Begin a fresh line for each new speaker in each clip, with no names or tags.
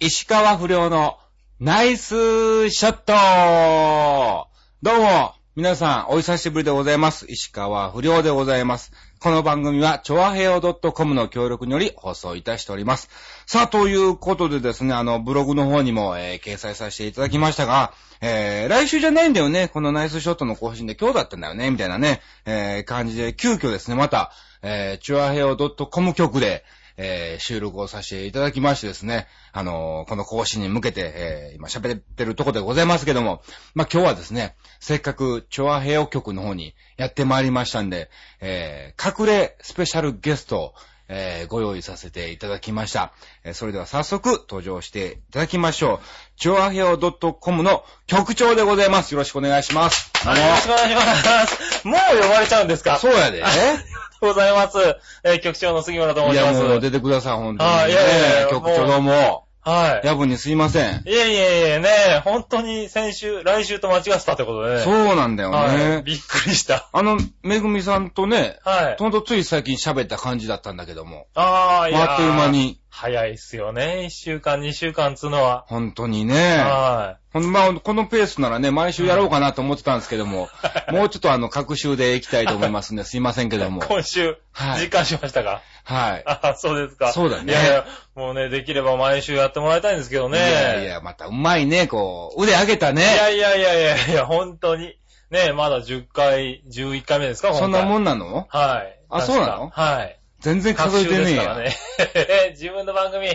石川不良のナイスショットどうも、皆さん、お久しぶりでございます。石川不良でございます。この番組は、チョアヘオ .com の協力により放送いたしております。さあ、ということでですね、あの、ブログの方にも、えー掲載させていただきましたが、えー、来週じゃないんだよね、このナイスショットの更新で今日だったんだよね、みたいなね、えー、感じで、急遽ですね、また、えー、チュアヘオ .com 局で、えー収録をさせていただきましてですね、あのーこの更新に向けて、えー今喋ってるとこでございますけども、まあ、今日はですね、せっかく、チョアヘオ局の方にやってまいりましたんで、えー隠れスペシャルゲストを、えーご用意させていただきました。えーそれでは早速登場していただきましょう。チョアヘオ .com の局長でございます。よろしくお願いします。
よろしくお願いします。もう呼ばれちゃうんですか
そうやで。
ありがとうございます。えー局長の杉村と
い
申し
や、
ま
もう
す。
出てください、本当に、
あいやいやいや
ね局長どうも。
はい。
夜分にすいません。
いえいえいえね、本当に先週、来週と間違ってたってことでね。
そうなんだよ
はい。
ね。
びっくりした。
あの、めぐみさんとね、
はい。
ほんとつい最近喋った感じだったんだけども。
ああ、いや。
あっという間。に、
早いっすよね。一週間、二週間っつうのは。
本当にね。
は
ほんまあ、このペースならね、毎週やろうかなと思ってたんですけど も、もうちょっとあの、各週で行きたいと思いますんで、すいませんけど
い。
も。
今週、
はい
実感しましたか
はい。
ああ、そうですか。
そうだね
いやいや、もうね、できれば毎週やってもらいたいんですけどね。
いやいや、またうまいね、こう、腕上げたね。
いやいやいやいやいや、本当に。ねえ、まだ10回、11回目ですか、
そんなも
ん
んなの
はい。
あ
確
そ
か
うなの
はい。
全然数えてねえや。
隔週ですからね。 自分の番組。い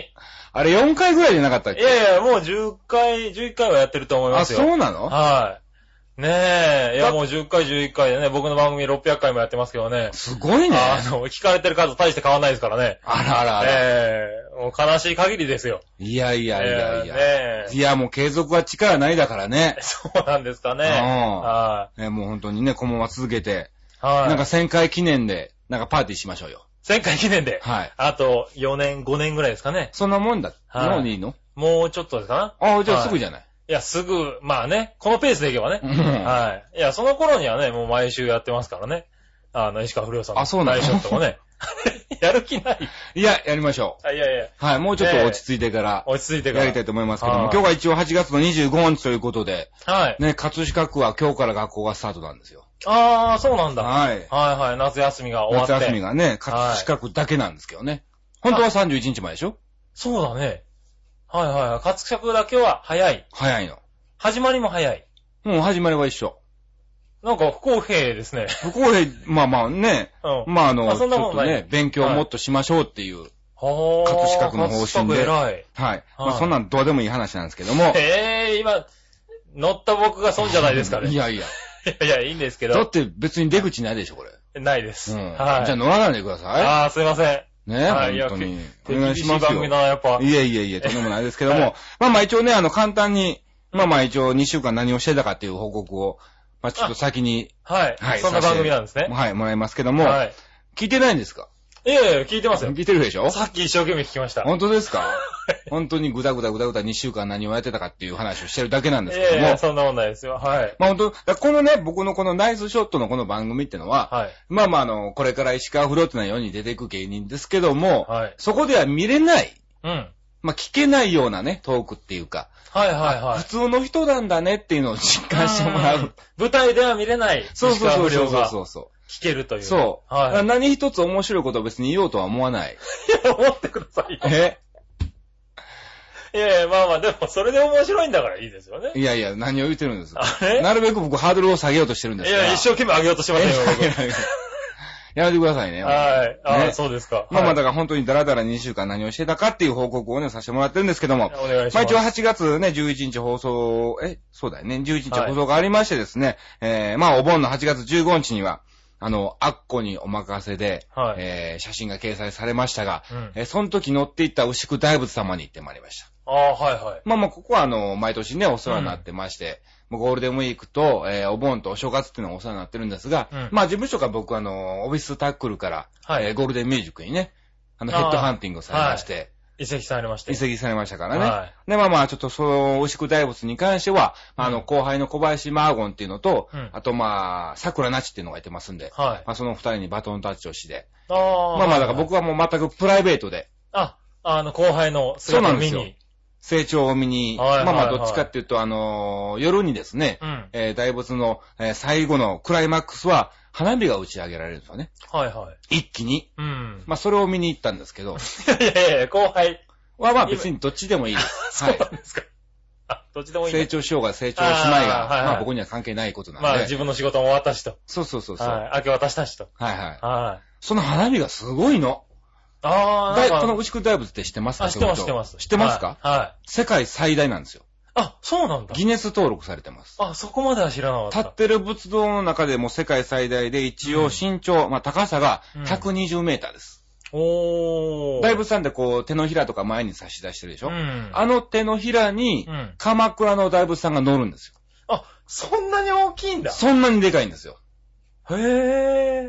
あれ4回ぐらいじゃなかったっけ
やいや、もう10回、11回はやってると思いま
あ、
すよ。
そうなの
はい。ねえ、いや
だ
もう10回、11回でね、僕の番組600回もやってますけどね。
すごいね。
あの、聞かれてる数大して変わんないですからね。
あらあらあら。
ええもう悲しい限りですよ。
いやいやいやいや。
ええ
い
ね
や、もう継続は力ないだからね
え。そうなんですかね。
うん
は
ねもう本当にね、このまま続けて、
い。はい。
なんか1000回記念で、なんかパーティーしましょうよ。
前回記念で。
はい。
あと4年、5年ぐらいですかね。
そんなもんだ。
はい
のにいいの
もうちょっとですかな
ああ、じゃあ
はい
すぐじゃない。
いや、すぐ、まあね、このペースでいけばね。
うん
はい。いや、その頃にはね、もう毎週やってますからね。あの、石川不良さんの。
あそうなの
ショットも ね。やる気ない。
いや、やりましょ
あいやいや、
う。はい、もうちょっと落ち着いてから、
落ち着いてか
や
ら。
りたいと思いますけども、
はい
今日が一応8月の25日ということで、
はい。
ね、葛飾区は今日から学校がスタートなんですよ。
あー、そうなんだ。
はい
はいはい。夏休みが終わっ
夏
て。
休みがね、葛飾区だけなんですけどね。本当は31日まででしょ
そうだね。はいはいはい。活着だけは早い。
早いの。
始まりも早い。
もう始まりは一緒。
なんか不公平ですね。
不公平、まあまあね、
うん。
まああの、
ま
ち
あ
ょ
そ
っ
んなもん
と
ない
ね、勉強をもっとしましょうっていう。
はー。
葛飾区の方針で
葛飾区偉い。
はい。ま
は
あ
い
そんなんどうでもいい話なんですけども。
ええ今、乗った僕が損じゃないですかね。
い
いや
やいや。
いや、いいんですけ
だ
ど
っ、て別に出口ないでしょ、これ。
ないです。
うん。
はい。
じゃあ乗らないでくださ
ああ、すいませ
い。ね
はい
本当に。お
ん。
願いします
厳
よ
番組。だな、やっぱ。
いえいえいえ、とんでもないですけども。
はい
まあまあ一応ね、あの、簡単に、まあまあ一応2週間何をしてたかっていう報告を、まあちょっと先に、
はい。
はい
そんな番組なんですね。
はい、もらいますけども。
はい。
聞いてないんですか
いやいや、聞いてますよ。
聞いてるでしょ
さっき一生懸命聞きました。
本当ですか本当にぐだぐだぐだぐだ2週間何をやってたかっていう話をしてるだけなん
い
ですけ
や
ど
い
も。
や、そんなもんないですよ。はい。
まあ本当、だからこのね、僕のこのナイスショットのこの番組ってのは、
はい。
まあまああの、これから石川不良ってのは世に出ていく芸人ですけども、
はい。
そこでは見れない、
うん。はい
まあ聞けないようなね、トークっていうか、
はいはい
普。通の人なんだねっていうのを実感してもらう。
ん。舞台では見れない。
そうそうそうそう
石川不
そ
良
う
が
そうそ。
聞けるというう。
そう。だから
は
何一つ面白いことを別に言おうとは思わない。
い。いや、 思ってくださいよ。
え
いやいや、まあまあ、でも、それで面白いんだからいいですよね。
いやいや、何を言ってるんですか。
あれ
なるべく僕ハードルを下げようとしてるんで
い
すから。
や、一生懸命上げようとしてま
い
せん
や
よ、
いやいややめてくださいね。
僕。 はい。あ
ね
あ、そうですか。
まあまあ、
はい
だから本当にダラダラ2週間何をしてたかっていう報告をね、させてもらってるんですけども。
お願いし
まあ
ま
一応
す。
8月ね、11日放送、え、そうだよね、11日放送がありましてですね、えー、まあお盆の8月15日には、あの、アッコにお任せで、
はい。
えー、写真が掲載されましたが、
うん
えーその時乗っていった牛久大仏様に行ってまいりました。
ああ、はいはい。
まあまあ、ここはあの、毎年ね、お世話になってまして、もうゴールデンウィークと、えーお盆とお正月っていうのはお世話になってるんですが、
うん
まあ、事務所が僕あの、オフィスタックルから、
はい
えーゴールデンミュージックにね、あの、ヘ
あー
ッドハンティングをされまして、
移籍されまして。
移籍されましたからね。
は
で、まあまあ、ちょっとその、牛久大仏に関しては、まああ
う
の、
ん
後輩の小林マーゴンっていうのと、
うん
あとまあ、桜なちっていうのがいてますんで、
い。はい。
まあ、その二人にバトンタッチをして、
ああ。
まあまあ、だから。僕はもう全くプライベートで、
あ、あの、後輩の
そう
姿
な
を
んで
見
すよ
に。
成長を見に、
はいはいはい
まあまあどっちかっていうと、あのー夜にですね、
うん。
えー大仏の、えー最後のクライマックスは花火が打ち上げられるんですよね。
はいはい。
一気に。
うん。
まあそれを見に行ったんですけど、
いやいやいや、後輩。
はまあ別にどっちでもいいです。
そうなんですか。あ、どっちでもいいんだ
成長しようが成長しまい
あ
が、
ーはいはい
まあ僕には関係ないことなんで。
まあ、自分の仕事も終わったしと。
そうそうそうそう、は。
はいい。明け渡したしと。
はい
はい。
その花火がすごいの。
あー、な
だ
ん
い
か
この牛久大仏って知ってますか
あ、知ってます、知ってます。
知ってますか、
はいはい。
世界最大なんですよ。
あ、そうなんだ。
ギネス登録されてます。
あ、そこまでは知らなかった。
立ってる仏像の中でも世界最大で一応身長、まあ高さが120メーターです。
おー。
大仏さんでこう手のひらとか前に差し出してるでしょ、
うん。
あの手のひらに
うん。
鎌倉の大仏さんが乗るんですよ。
あ、そんなに大きいんだ。
そんなにでかいんですよ。
へぇ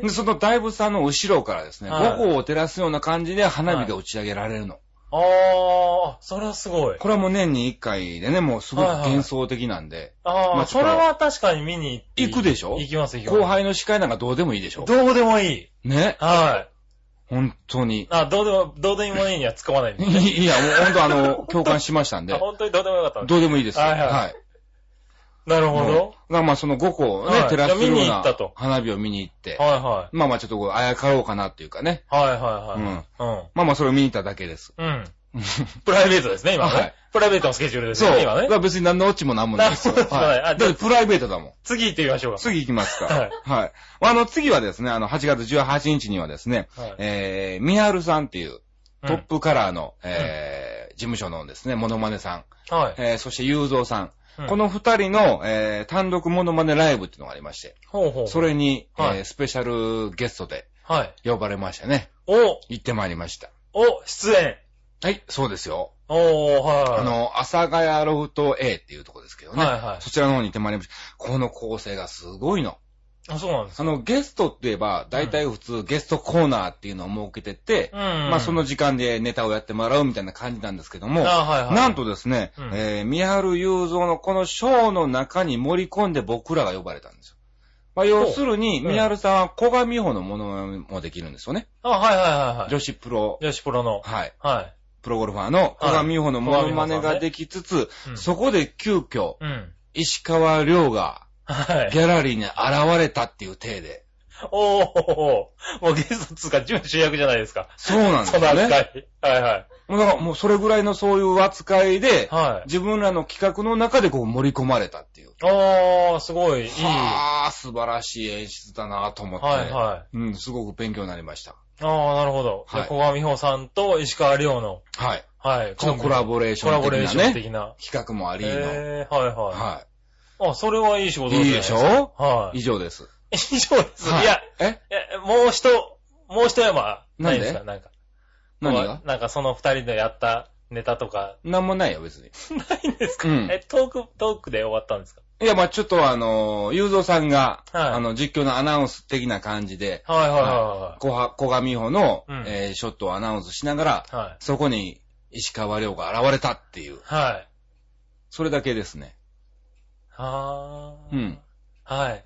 で、
ー。
その大仏さんの後ろからですね、
はい
五個を照らすような感じで花火が打ち上げられるの。
あー、あそれはすごい。
これはもう年に一回でね、もうすごく幻想的なんで、
あ
まあ
ー、それは確かに見に行っていい。
行くでしょ
行きます、行きます。
後輩の司会なんかどうでもいいでしょ
どうでもいい。
ね。
はい。
本当に。
あ、どうでも、どうでもいいには突っ込まないん で。
いや、もう本当あ の、共感しましたん
あ、
で、
本当にどうでもよかったんだ
どうでもいいです。
はいはい
はい。
なるほ
も
ど。
うが、まあその5個をね、
はい
照らすよう
見に行
な
ったと
花火を見に行って、
はいは
まあまあちょっとこう、あやかろうかなっていうかね。
い。
う
はい
ん。
はいは
まあまあそれを見に行っただけです。
い。うん。うん。 プライベートですね、今
はい
ね。プライベートのスケジュールです
そう。
ね、今
だ
ね
か。ら別に何のオチも何もないですよ。
何のオチもない
は
あ
い。だ
じゃ
っ
あ
てプライベートだもん。
次行ってみましょうか。
次行きますか。
はい
はい。まああの次はですね、あの8月18日にはですね、
はい
えー、ミハルさんっていう
う
ト
ん
ップカラーの、えー、事務所のですね、モノマネさん、
はい。
えー、そして雄三さん、
うん
この二人の、えー、単独モノマネライブっていうのがありまして、
ほうほう。
それに、
はい
えー、スペシャルゲストで
はい。
呼ばれましたね。
お、
行ってまいりました。
お、出演。
はい、そうですよ。
おー、はい。
あ、の、阿佐ヶ谷ロフト A っていうとこですけどね。
はいはい
そちらの方に行ってまいりました。この構成がすごいの。
あ、そうなんです
あの、ゲストって言えば、大体普通ゲストコーナーっていうのを設けてて、
うん。
まあその時間でネタをやってもらうみたいな感じなんですけども、
あはいはい。
なんとですね、
うん
えー、宮原雄三のこのショーの中に盛り込んで僕らが呼ばれたんですよ。まあ要するに、
ほううん
宮原さんは小賀美穂のものもできるんですよね。
あ、はいはいはいはい。
女子プロ、
女子プロの。
はい、
はい。
プロゴルファーの小賀美穂のものまねができつつ、
うん
そこで急遽、
うん。
石川亮が
はい。
ギャラリーに現れたっていう体で。
おー、もうゲストっつうか、準主役じゃないですか。
そうなんです
そ
よ
の扱い。
ね。
はいはい。
もうだからもうそれぐらいのそういう扱いで、
はい。
自分らの企画の中でこう盛り込まれたっていう。
おー、すごい、いい。は
ああ、素晴らしい演出だなと思
い
って。
はい。
うん、すごく勉強になりました。
あー、なるほど。
はい
で小上美穂さんと石川亮の、
はい。
はい。
ちょっとコラボレーシ
コラ
ョン
ボレー
的
シ
な
ョン
ね、
的な。
企画もありの。
えー、はいは。
はい
あ、それはいい仕事じゃないすか
いいでしょ。
はい
以
い。
上です。
以上です。
はい
や、
え
え、もう一、もう一山、ないですかなんか。
何
こ
が
うなんかその二人でやったネタとか、
なんもないよ、別に。
ないんですか、
うん
え、トーク、トークで終わったんですか
いや、まあちょっとあのー、ゆうぞうさんが、
はい
あの、実況のアナウンス的な感じで、
はいはい
小は小賀美穂の、
うん
えーショットをアナウンスしながら、
はいはい。はい。
そこに石川亮が現れたっていう、
はい。
それだけですね。
は
う
ー。
ん。
はい。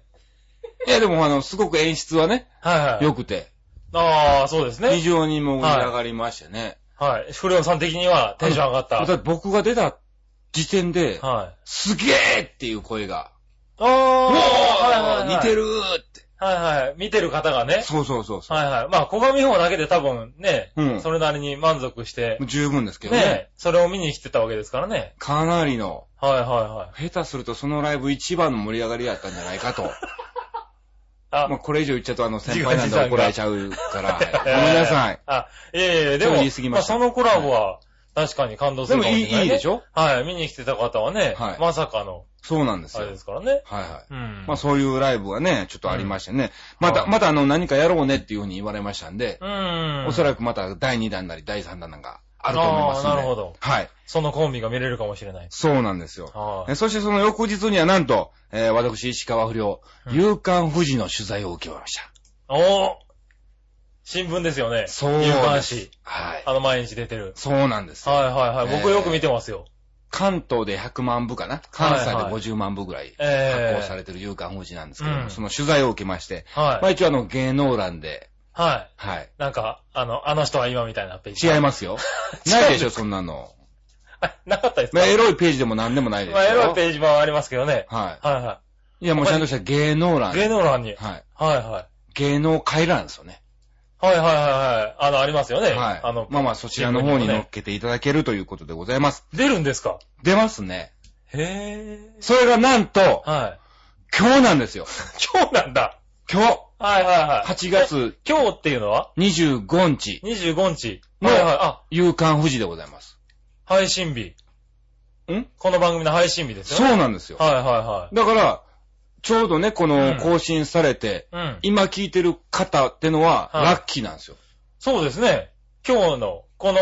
いや、でもあの、すごく演出はね、
はいはい。
良くて、
ああ、そうです
非
ね。
常に盛り上がりましてね。
はい。不良さん的にはテンション上がった。
だって僕が出た時点で、
はい。
すげえっていう声が、
ああ、
お
はいはいはい
似て。るーって。
はいはい。見てる方がね。
そうそうそうそう。
はいはい。まあ、小上方だけで多分ね、
うん
それなりに満足して、
十分ですけ
ね
どね。
それを見に来てたわけですからね。
かなりの、
はいはいはい。
下手するとそのライブ一番の盛り上がりやったんじゃないか と。
あ
まあ、これ以上言っちゃうとあの先輩なんで怒られちゃうから、 ご
えー
めんなさい。。
あ、いえいえ、で
ちょっと
も、
言い過ぎました
あそのコラボは、確かに感動す
で
る
も
かもし
い
れない、
い、いいでし
ょ
ょ
はい、見に来てた方はね、
はい
まさかの、
そうなんです
あ
よ。
れ
はい
ですからね。
は
う
い
ん。。
まあ、そういうライブがね、ちょっとありましてね。
うん
また、
はい
またあの何かやろうねっていうふうに言われましたんで、
うん。
おそ
ら
ら
く、
くまた第2弾なり第3弾なんかあると思いますんで。
あーなるほど
はい。
そのコンビが見れるかもしれない。
そうなんですよ。
はい
えそしてその翌日にはなんと、えー私、石川不良、
うん
夕刊富士の取材を受けました。
おー新聞ですよね。
そうです
夕刊誌。
はい。
あの、毎日出てる。
そうなんですよ。
はいはいはい。僕
えー
よく見てますよ。
関東で100万部かな関西で
はいはい
50万部ぐらい
え
発
え
行されてる夕刊富士なんですけども、
うん
その取材を受けまして、まあ
はい。
一応あの芸能欄で、
はい。
はい。
なんか、あの、あの人は今みたいなページ。
違いますよ。ないでしょ、そんなの。
なかったですか
まあ、エロいページでも何でもないですよ。
まあ、エロい
ージ。
ページもありますけどね。
は。
はいはい
いや、もうちゃんとした芸能欄
い。。芸能欄に。
はい。
はいはい。
芸能会欄ですよね。
はいはいはいはい。あの、ありますよね。
はい。
あの、
まあまあ、そちらの方に乗っけていただけるということでございます。
出るんですか
出ますね。
へえ。
それがなんと、
はい。
今日なんですよ。
今日なんだ。
今日、
はいはいはい。
8月
え。今日っていうのは
25日、
?25 日。
の
はいはい。あ、
夕刊富士でございます。
配信日。
ん
この番組の配信日ですよ
そう
ね。
なんですよ。
はいは
だから、ちょうどね、こ
う
の
ん
更新されて、
いはい。うん。
今聞いてる方ってのは、
はい
ラッキーなんですよ。
そうですね。今日の、この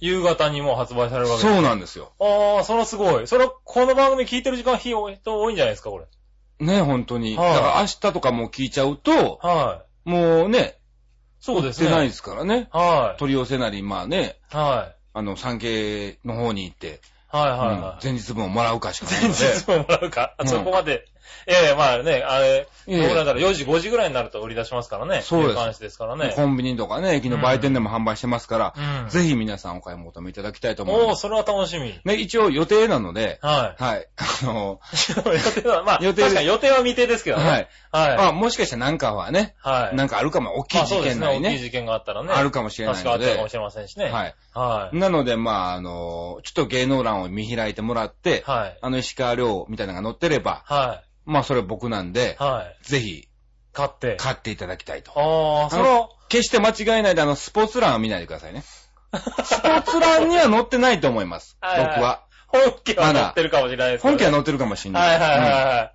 夕方にもう発売されるわけです。
そうなんですよ。
ああ、それはすごい。それは、この番組聞いてる時間、日多い人多いんじゃないですか、これ。
ね、本当に。だ
はい
から明日とかもう聞いちゃうと、
はい。
もうね、
そうですね。
出ないですからね。
はい。
取り寄せなり、まあね、
はい。
あの、産経の方に行って、
はいは
う
い
ん
はい。
前日分をもらうかしかない
前
ので。
日ももらうか、
うん
そこまで。ええまあね、あれ、
いえいえ
僕らだから4時、5時ぐらいになると売り出しますからね。
そうです
関しですからね。
コンビニとかね、駅の売店でも販売してますから、
うん。
ぜひ皆さんお買い求めいただきたいと思い
お
ま
ー、
す。
それは楽しみ。
ね、一応予定なので、
は
はい。あの、
い。予定は、まあ、
予定です
確かに予定は未定ですけどね。
はい。ま
は
あ、もしかしたらなんかはね、
い。はい。
なんかあるかも、大きい事件なり
まあそうですね。大きい
ね、
事件があったらね。
あるかもしれない
確か
の
あったかも
で
し、れませんしね。
はい。
はい。
なので、まあ、あの、ちょっと芸能欄を見開いてもらって、
はい。
あの、石川亮みたいなのが載ってれば、
は
まあ、それ僕なん
い。
で、
はい。
ぜひ、
買って。
買っていただきたいと。
ああ、それは、
決して間違えないで、あの、スポーツ欄は見ないでくだ さいね。スポーツ欄には載ってないと思います。僕
はいはい
は。
本家は
まだ
載ってるかもしれないですけど
本
ね
家は載ってるかもしれ
は
ないい。
はいはい
うん
はい。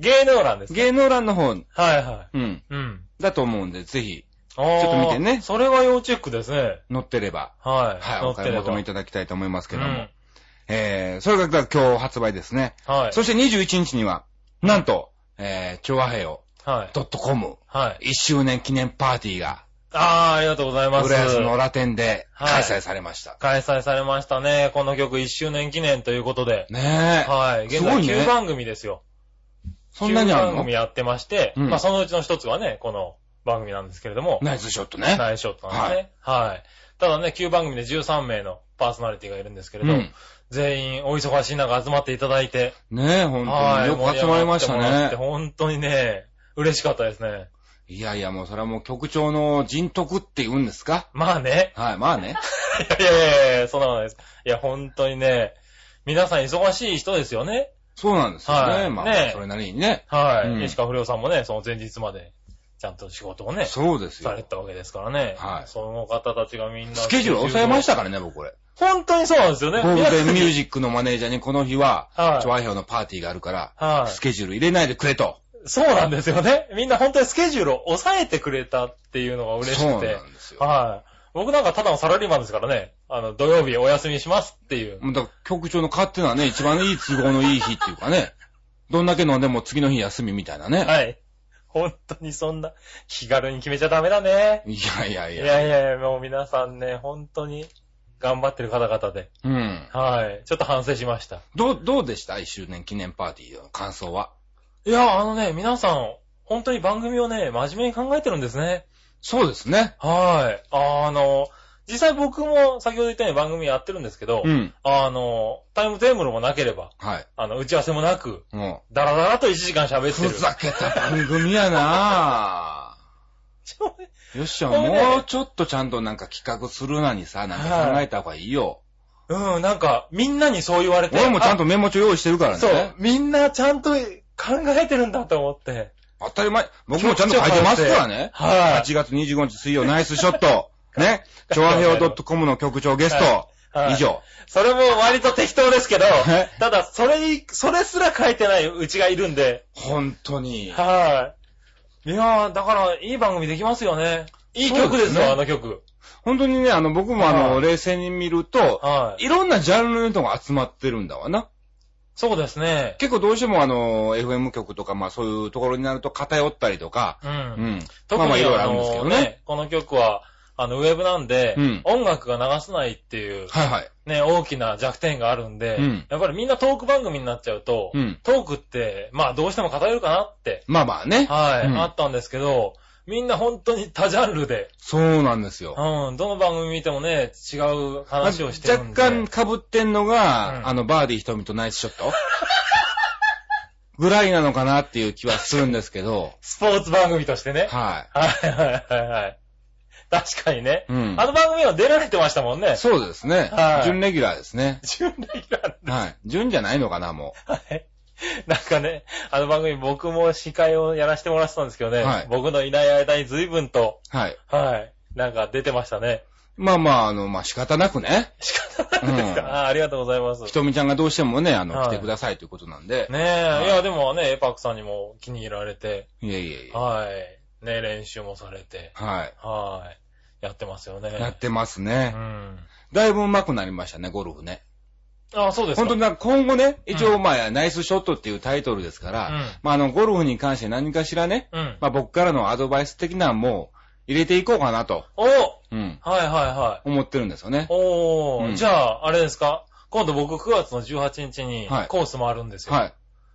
芸能欄ですね。
芸能欄の方、
はいは
うん、
い。うん。
だと思うんで、ぜひ、
ちょ
ちょっと見てね
それは要チェックですね。
載ってれば、
はい。
はい、
乗
お
って
買い
れば
求めいただきたいと思いますけど
う
も
ん。
えー、それがだから今日発売ですね。
はい。
そして21日には、なんと、えー、調和平を
はい。
.com、
はい。
1周年記念パーティーが、
あー、ありがとうございます。
浦安のラテンで開催されました。
開催されましたね。この曲1周年記念ということで。
ねえ。
はい。現
すご
在
いね
9番組ですよ。
そんなにあ
9
る
番
の
組やってまして、
うん
まあそのうちの一つがね、この番組なんですけれども、
ナイスショットね。
ナイスショットなんですね。はい。ただね、9番組で13名のパーソナリティがいるんですけれ
う
ど、
ん。
全員お忙しい中集まっていただいて、
ねえ、本当
は
に。
い。
よく集まりました
盛り上がって
ね。
もらって本当にね、嬉しかったですね。
いやいや、もうそれはもう局長の人徳って言うんですか
まあね。
はい、まあ ね。
いやいやいやいや、そんなことないです。いや、本当にね、皆さん忙しい人ですよね。
そうなんですよ
は
ね。
い
ま
ね
あ、
え
それなりにね。
はい。
うん
石川不良さんもね、その前日まで、ちゃんと仕事をね、
そうです
され
よ。
てたわけですからね。
はい
その方たちがみんな。
スケジュール抑えました
か
からね、僕これ。
本当にそうなんですよ
ゴ
ね。
ールデンミュー
ジ
ジックのマネージャーにこの日は、
はい
チョアヘオのパーティーがあるから、
は
スケジュール入れないでくれと。
い。そうなんですよね。みんな本当にスケジュールを抑えてくれたっていうのが嬉し
そう
くて
な。んですよ。
はい。僕なんかただのサラリーマンですからね。あの、土曜日お休みしますっていう。
もうだから局長の勝手なね、一番いい都合のいい日っていうかね、どんだけ飲んでも次の日休みみたいなね。
はい。本当にそんな、気軽に決めちゃダメだね。
いやいやい
い
や。
やいやいや、もう皆さんね、本当に頑張ってる方々で。
うん。
はい。ちょっと反省しました。
どう、どうでした一周年記念パーティーの感想は。
いや、あのね、皆さん、本当に番組をね、真面目に考えてるんですね。
そうですね。
はい。あの、実際僕も先ほど言ったように番組やってるんですけど、
うん。
あの、タイムテーブルもなければ、
はい。
あの、打ち合わせもなく、
も
ダラダラと1時間喋
う。
っ
ふ
てる。
ざけた番組やな
ちょね
ぁ。よっしゃ、
これね
もうちょっとちゃんとなんか企画するなにさ、なんか考えた方がいいよ。
うん、なんか、みんなにそう言われて。
俺もちゃん
と、
とメモ帳用意してるから
そ
ね
う。。みんなちゃんと考えてるんだと思って。
当たり前。僕もちゃんと書いてますからね。
はい。
8月25日水曜ナイスショット。 ね。調和表 .com の局長ゲスト。
はい
以上。
それも割と適当ですけど
え、
ただ、それに、それすら書いてないうちがいるんで、
本当に。
はい。いやー、だから、いい番組できますよね。いい曲で
そうで
す
すね
よ、あの曲。
本当にね、あの、僕もあの、
はい
冷静に見ると、
はい。
いろんなジャンルの人が集まってるんだわな。
そうですね。
結構どうしてもあの、FM 局とか、まあそういうところになると偏ったりとか、
う。
うんん。
特
まあまあい
に、
ろいろ
あ
あるんですけ
の
どね
ね、この曲は、あの、ウェブなんで
うん、
音楽が流せないっていう、
はいはい。
ね、大きな弱点があるんで
うん、
やっぱりみんなトーク番組になっちゃうと
う、ん。
トークって、まあ、どうしても偏るかなって、
まあまあね。
はい、
うん
あったんですけど、みんな本当に多ジャンルで、
そうなんですよ。
うん、どの番組見てもね、違う話をしてるんで。
若干被ってんのが、
うん
あの、バーディー瞳とナイスショットぐらいなのかなっていう気はするんですけ ど、
スポーツ番組としてね。
は
はいはいはいはい。確かにね。
い。うん
あ。の番組は出られてましたもんね。
そうですね
は。い
準レギュラーですね。
準レギュラー
はい。準じゃないのかな、も
はい。なんかね、あの番組僕も司会をやらせてもらってたんですけどね、
はい
僕のいない間に随分と、
う。はい。
はい、なんか出てましたね。
まあまあ、あの、まあ仕方なくね、
仕方ないですか、
うん
あーありがとうございます。
ひとみちゃんがどうしてもね、あの、
はい
来てくださいということなんで、
ねえ、
はい
い、やでもね、エパックさんにも気に入られて、
いえいえいえ。
はい、ね、練習もされて、
はい。
はい、やってますよね。
やってます
う
ね。
ん。
だいぶ上手くなりましたね、ゴルフね。
ああ、そうですか。
本当になんか今後ね、一応まあ、ナイスショットっていうタイトルですから、
うん
まああの、ゴルフに関して何かしらね、
うん。
まあ僕からのアドバイス的なのも入れていこうかなと、
おはい
うん、
はいはい。
思ってるんですよね。
お
う
ー、
ん
じゃあ、あれですか今度僕9月の18日に
はい
コースもあるんですよ。
は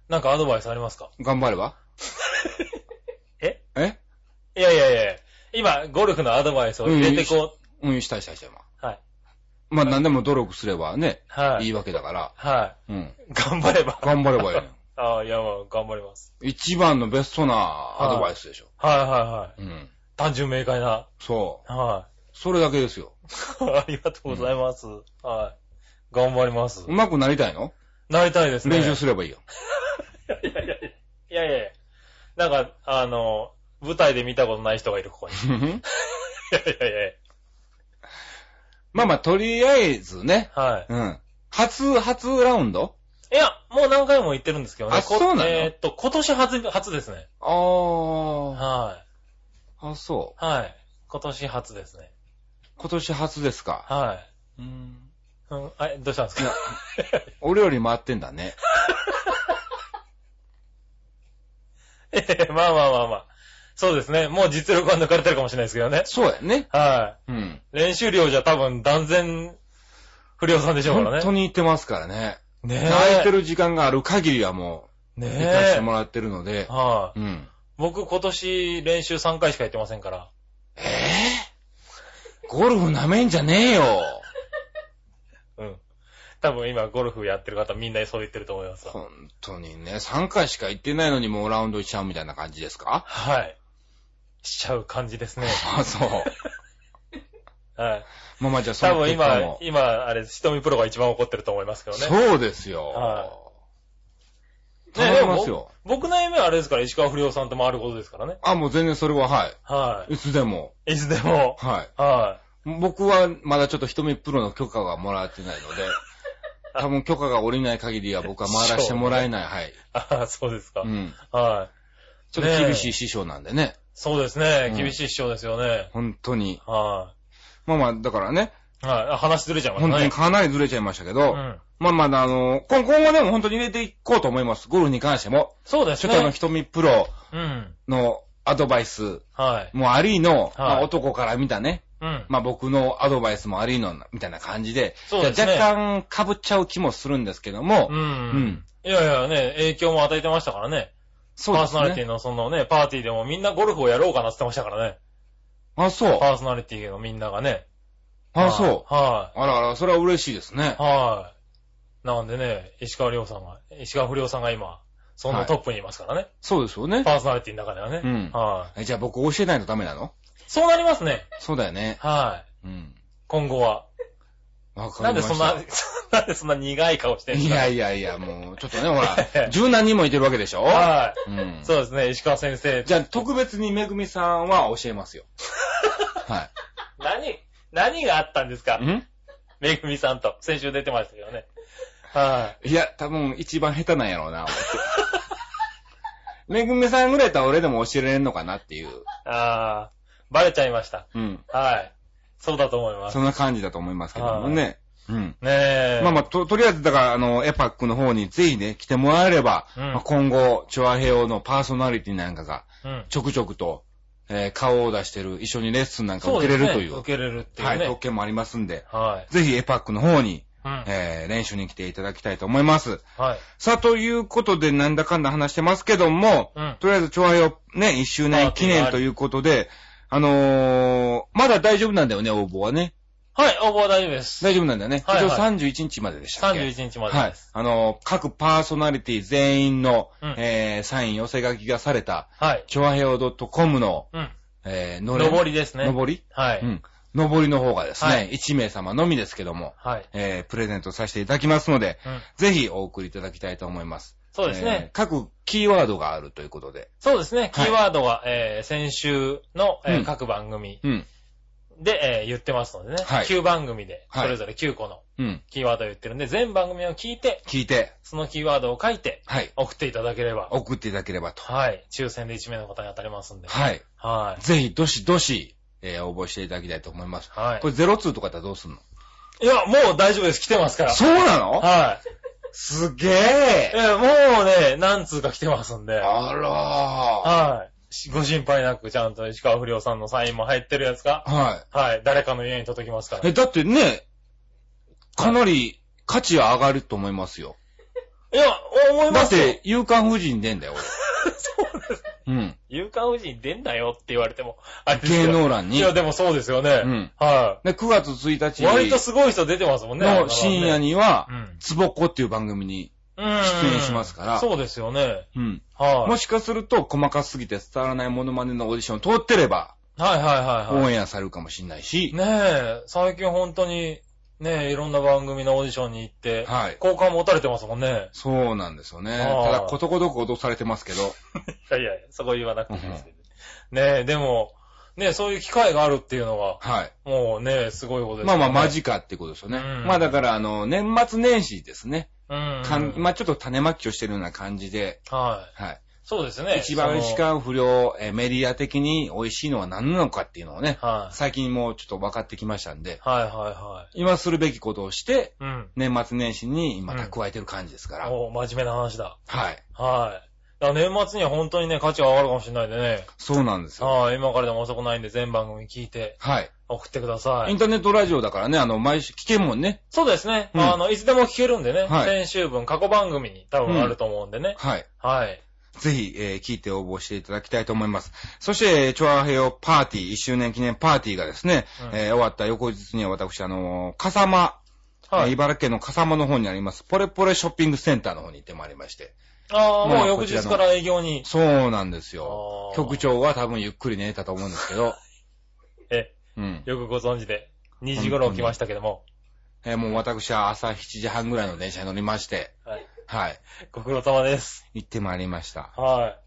なんかアドバイスありますか
い。頑張れば
え
え
いやいやいや今、ゴルフのアドバイスを入れてこう。
うん、したいしたいしたい。まあ
はい。
まあ何でも努力すればね、
はい。
いいわけだから、
は
うん。
い。頑張れば。
頑張ればいいのよ。
ああ、いや、まあ、頑張ります。
一番のベストなアドバイスでしょ。
はいはいはい。
うん。
単純明快な。
そ
は
う。それだけですよ。
い。 ありがとうございます。はい。頑張ります。
上手くなりたいの
なりたいですね。
練習すればいいよ。
いやいやいや。いやいやなんか、あの、舞台で見たことない人がいる、ここに。 いやいやいや
まあまあ、とりあえずね、
はい。
うん。初、初ラウンド
いや、もう何回も言ってるんですけどね。
あ
こ
そうなの
えーっと、今年初、初ですね。
あ
はい。
あ。あ、そ
はい。今年初ですね。
う。今年初ですか。
は
うん。
い。うん、あれどうしたんですか
俺より回ってんだ ね。
え えまあまあまあまあ。そうですね。もう実力は抜かれてるかもしれないですけどね。
そうやね。
は
うん。
い。練習量じゃ多分断然不良さんでしょうか
本
ら
当
ね。
に行ってますからね。
ねえ。
空いてる時間がある限りはもう、
ね
行かせて
え。
もらってるので。
はい。
うん。
僕今年練習3回しか行ってませんから。
ええゴルフ舐めんじゃねえよ。
うん。多分今ゴルフやってる方みんなそう言ってると思いますわ。
本当にね、3回しか行ってないのにもうラウンドしちゃうみたいな感じですか
はい。しちゃう感じですね。
あ、そう。
はい。
まあまあじゃあそ
多
の
分
結果
今
も、。
今、あれ、瞳プロが一番怒ってると思いますけどね。
そうですよ。
は
頼みますよ。
僕の夢はあれですから、石川不良さんと回ることですからね。
あ、もう全然それは、は。
はい
いつでも。
い。いつでも。
はい。
は
僕はまだちょっと瞳プロの許可がもらってないの で、多分許可が下りない限りは僕は回らせてもらえない。はい。
い。ああ、そうですか。
うん。
はい。
ちょっと厳しい師匠なんでね。
そうですね
う。ん
厳しい師匠ですよね。
本当に。
は
まあまあ、だからね、
い。はい。あ話ずれちゃいました
本当に
ね。
かなりずれちゃいましたけど、
うん。
まあまあ、あの、今今後でも本当に入れていこうと思います。ゴルフに関しても。
そうで
ち
す
ょっとあの、
ね。
瞳プロ
うん。
のアドバイス
はい。
もありの、まあ
はい
男から見たね、
うん。
まあ僕のアドバイスもありの、みたいな感じで、
そうですね
若干被っちゃう気もするんですけども、
う
うん
ん。いやいやね、影響も与えてましたからね。
そう
パ
で
ー
す
ソナリティ
ね。
のそのね、パーティーでもみんなゴルフをやろうかなって言ってましたからね。
あ、そう。
パーソナリティのみんながね。
あ、そう。
う。はい。
あらあら、それは嬉しいですね。
はい。なんでね、石川亮さんが、石川不良さんが今、そのトップにいますからね。
そうですよね。
パーソナリティの中ではね。
うん
は
えじゃあ僕教えないとダメなの
い。そうなりますね。
そうだよね。
はい。
うん。
今後は。
わか
なん
りま
で
し
そ
た。
んな、なん でそんな苦い顔してるん
い
ですか
やいやいや、もう、ちょっとね、ほら、十何人もいてるわけでし ょ
は
うん
い。。そうですね、石川先生。
じゃあ、特別にめぐみさんは教えます よ。は
何、何があったんですか
い。ん
めぐみさんと。先週出てましたけどね。はい
や、多分一番下手なんやろうな、俺めぐみさんぐらいやったら俺でも教えられんのかなっていう。
い。あー、バレちゃいました。
うん。
はい。そうだと思います。
そんな感じだと思いますけどもね。うん。
ねえ。
まあまあ、と、とりあえず、だから、あの、エパックの方にぜひね、来てもらえれば、
うん
まあ今後、チョアヘオのパーソナリティなんかが、
うん。
ちょくちょくと、えー顔を出してる、一緒にレッスンなんか受けれるとい、
そうですね受けれるってい
は
う
い、
ね。
特権もありますんで、
はい。
ぜひエパックの方に、
うん。
えー練習に来ていただきたいと思います。
はい。
さあ、ということで、なんだかんだ話してますけども、
うん。
とりあえず、調和よ、ね、1周年記念ということで、あのー、まだ大丈夫なんだよね、応募はね。
はい、応募は大丈夫です。
大丈夫なんだよね。
はいはい
一応31日まででしたっけ
31日まで
はい
です。。
あのー、各パーソナリティ全員の、
うん
えー、サイン寄せ書きがされた、
はい。
調和よ .com の、
うん。
えー、のれん
上りですね。
上り
はい。
うん。上りの方がですね、
はい
1名様のみですけども、
はい。
えー、プレゼントさせていただきますので、
うん。
ぜひお送りいただきたいと思います。
そうです
えー
ね。
各キーワードがあるということで。
そうですね。キ
はい
ーワードは、えー、先週の、えー
うん
各番組
うん。
で、えー言ってますのでね。
はい
9番組で、
はい
それぞれ9個の
うん。
キーワードを言ってるんで、全番組を聞いて、
聞いて、
そのキーワードを書いて、
はい。
送っていただければ。
送っていただければと。
はい。抽選で1名の方に当たりますんで。
はい。
はい。
ぜひ、どしどし、えー応募していただきたいと思います。
はい
これ02とかだったらどうすんの
いや、もう大丈夫です。来てますから。
そうなの
はい。
すげ
え
え
ーもうね、何通か来てますんで。
あら
はい。しご心配なく、ちゃんと石川不良さんのサインも入ってるやつが
ー。、は
はい。誰かの家に届きますか
い。
ら。
え、だってね、かなり価値は上がると思いますよ。
いや、思い
だ
ま
っ
すよ。
て、夕刊夫人出んだよ、
そうです。
俺。うん。
有刊夫人出んなよって言われても、あれですよ
芸能欄に。
いや、でもそうですよね。
うん
は
で、9月1
い。割と
日
すごい人出てますもんね。
の深夜
に。
には
う、ん。
つぼっこっていう番組に、
出
演しますから
そうですよね。
うん。
はい。
もしかすると、細かすぎて伝わらないモノマネのオーディション通ってれば、
はいはいはい
オ
は
ンエアされるかもしれない
い。
し、
ねえ、最近本当に、ねえ、いろんな番組のオーディションに行って、
はい
好感持たれてますもんね。
そうなんですよね。
あー
ただ、ことごとく脅されてますけど、
いやいや、そこ言わなくていいですけど。ねえ、でも、ねえ、そういう機会があるっていうのは、
はい。
もうねえ、すごいことです
ま
よ
あ
ね。
まあ、間近ってことですよね。
うん
まあだから、あの、年末年始ですね。
うん。
かんまあちょっと種まきをしてるような感じで、
はい。
はい。
そうですね。
一番
そ
石
の
川不良、えーメディア的に美味しいのは何なのかっていうのをね、
はい。
最近もうちょっと分かってきましたんで、
はいは
今するべきことをして、
いはい。うん。
年末年始に今蓄えてる感じですから。
お真面目な話だ。
はい。
はい。だから年末には本当にね、価値が上がるかもしれないんでね。
そうなんですよ。
はい。今からでも遅くないんで、全番組聞いて
はい。
送ってくださ
イン
い。
ターネットラジオだからね、あの、毎週聞けんもんね。
そうですね。
うん
あの、いつでも聞けるんでね。
はい
先週分、過去番組に多分あると思うんでね。
はい。
はい。
ぜひ、えー聞いて応募していただきたいと思います。そして、えーチョアヘヨパーティー、1周年記念パーティーがですね、
うん
えー終わった翌日には私、あのー、笠間、
は
えー
い。
茨城県の笠間の方にあります、ポレポレショッピングセンターの方に行ってまいりまして。
ああ、
ま
も
あ
う翌
こちら
日
の
から営業に。
そうなんですよ。
あー
局。長は多分ゆっくり寝たと思うんですけど、
え、
うん。
よくご存知で。2時頃起きましたけども。
えーもう私は朝7時半ぐらいの電車に乗りまして、
はい。
はい、
ご苦労様です。
行ってまいりました。
はい。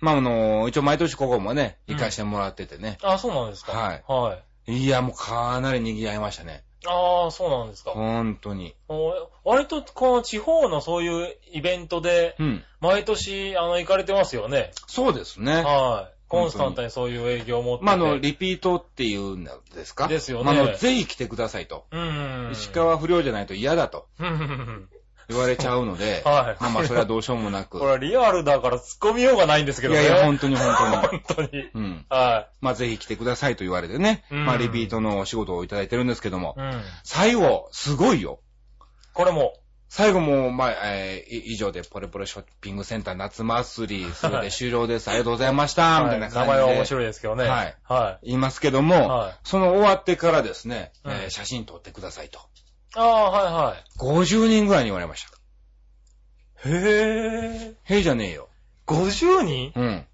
まあ、あのー、一応毎年ここもね、
うん
行かしてもらっててね。
あ、そうなんですか。
はい
はい。
いや、もうかなり賑わいましたね。
ああ、そうなんですか。
本当に。
お割と、この地方のそういうイベントで、
うん。
毎年、あの、行かれてますよね。
そうですね。
はい。コンスタントにそういう営業を持ってて。
まあ、あの、リピートっていうんですか
ですよね
まあ、あの、ぜひ来てくださいと。
うん。
石。川不良じゃないと嫌だと
うん。、
言われちゃうので
はい
まあまあ、それはどうしようもなく。
これはリアルだから突っ込みようがないんですけ
い
どね。
やいや、本当に本当に。
本当に。
うん。
は
まあ、ぜひ来てくださいと言われてね。
うん
まあ、リピートのお仕事をいただいてるんですけども
い。。うん。
最後、すごいよ。
これも、
最後も、まあ、えーい以上で、ポレポレショッピングセンター夏祭り、それで終了です。ありがとうございました。みたいな感じで。
はい名前は面白いですけどね。
はい。
は
言いますけど
い。
も、
はい。
その終わってからですね、えー
うん
写真撮ってくださいと。
ああ、は
50人ぐらいに言われました。
いはい。へえ。
へいじゃねえよ。
50人
うん。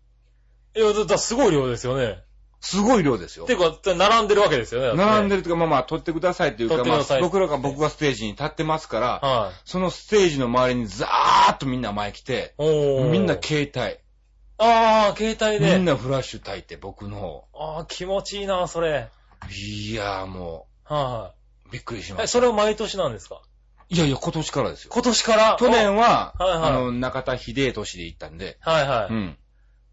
いや、だだすごい量ですよね。
すごい量ですよ
て。か、並んでるわけですよね。だって
並んでるというか、まあまあ、撮ってくださいという
撮
か、
ってく
ま
ださ
あ、
い
僕らが、僕がステージに立ってますから、
はい。
そのステージの周りにザーッとみんな前来て、
おー。
みんな携帯、
ああ、携帯で。
みんなフラッシュ焚いて、僕の
ああ、気持ちいいな、それ。
方。いやーも
は
う、びっくりし
い、
ま
え、
し
それは毎年なんですか
た。いやいや、今年からですよ。
今年から
去年は、
あはいはい
あの、中田秀俊で行ったんで、
おはいは
う
い。
ん。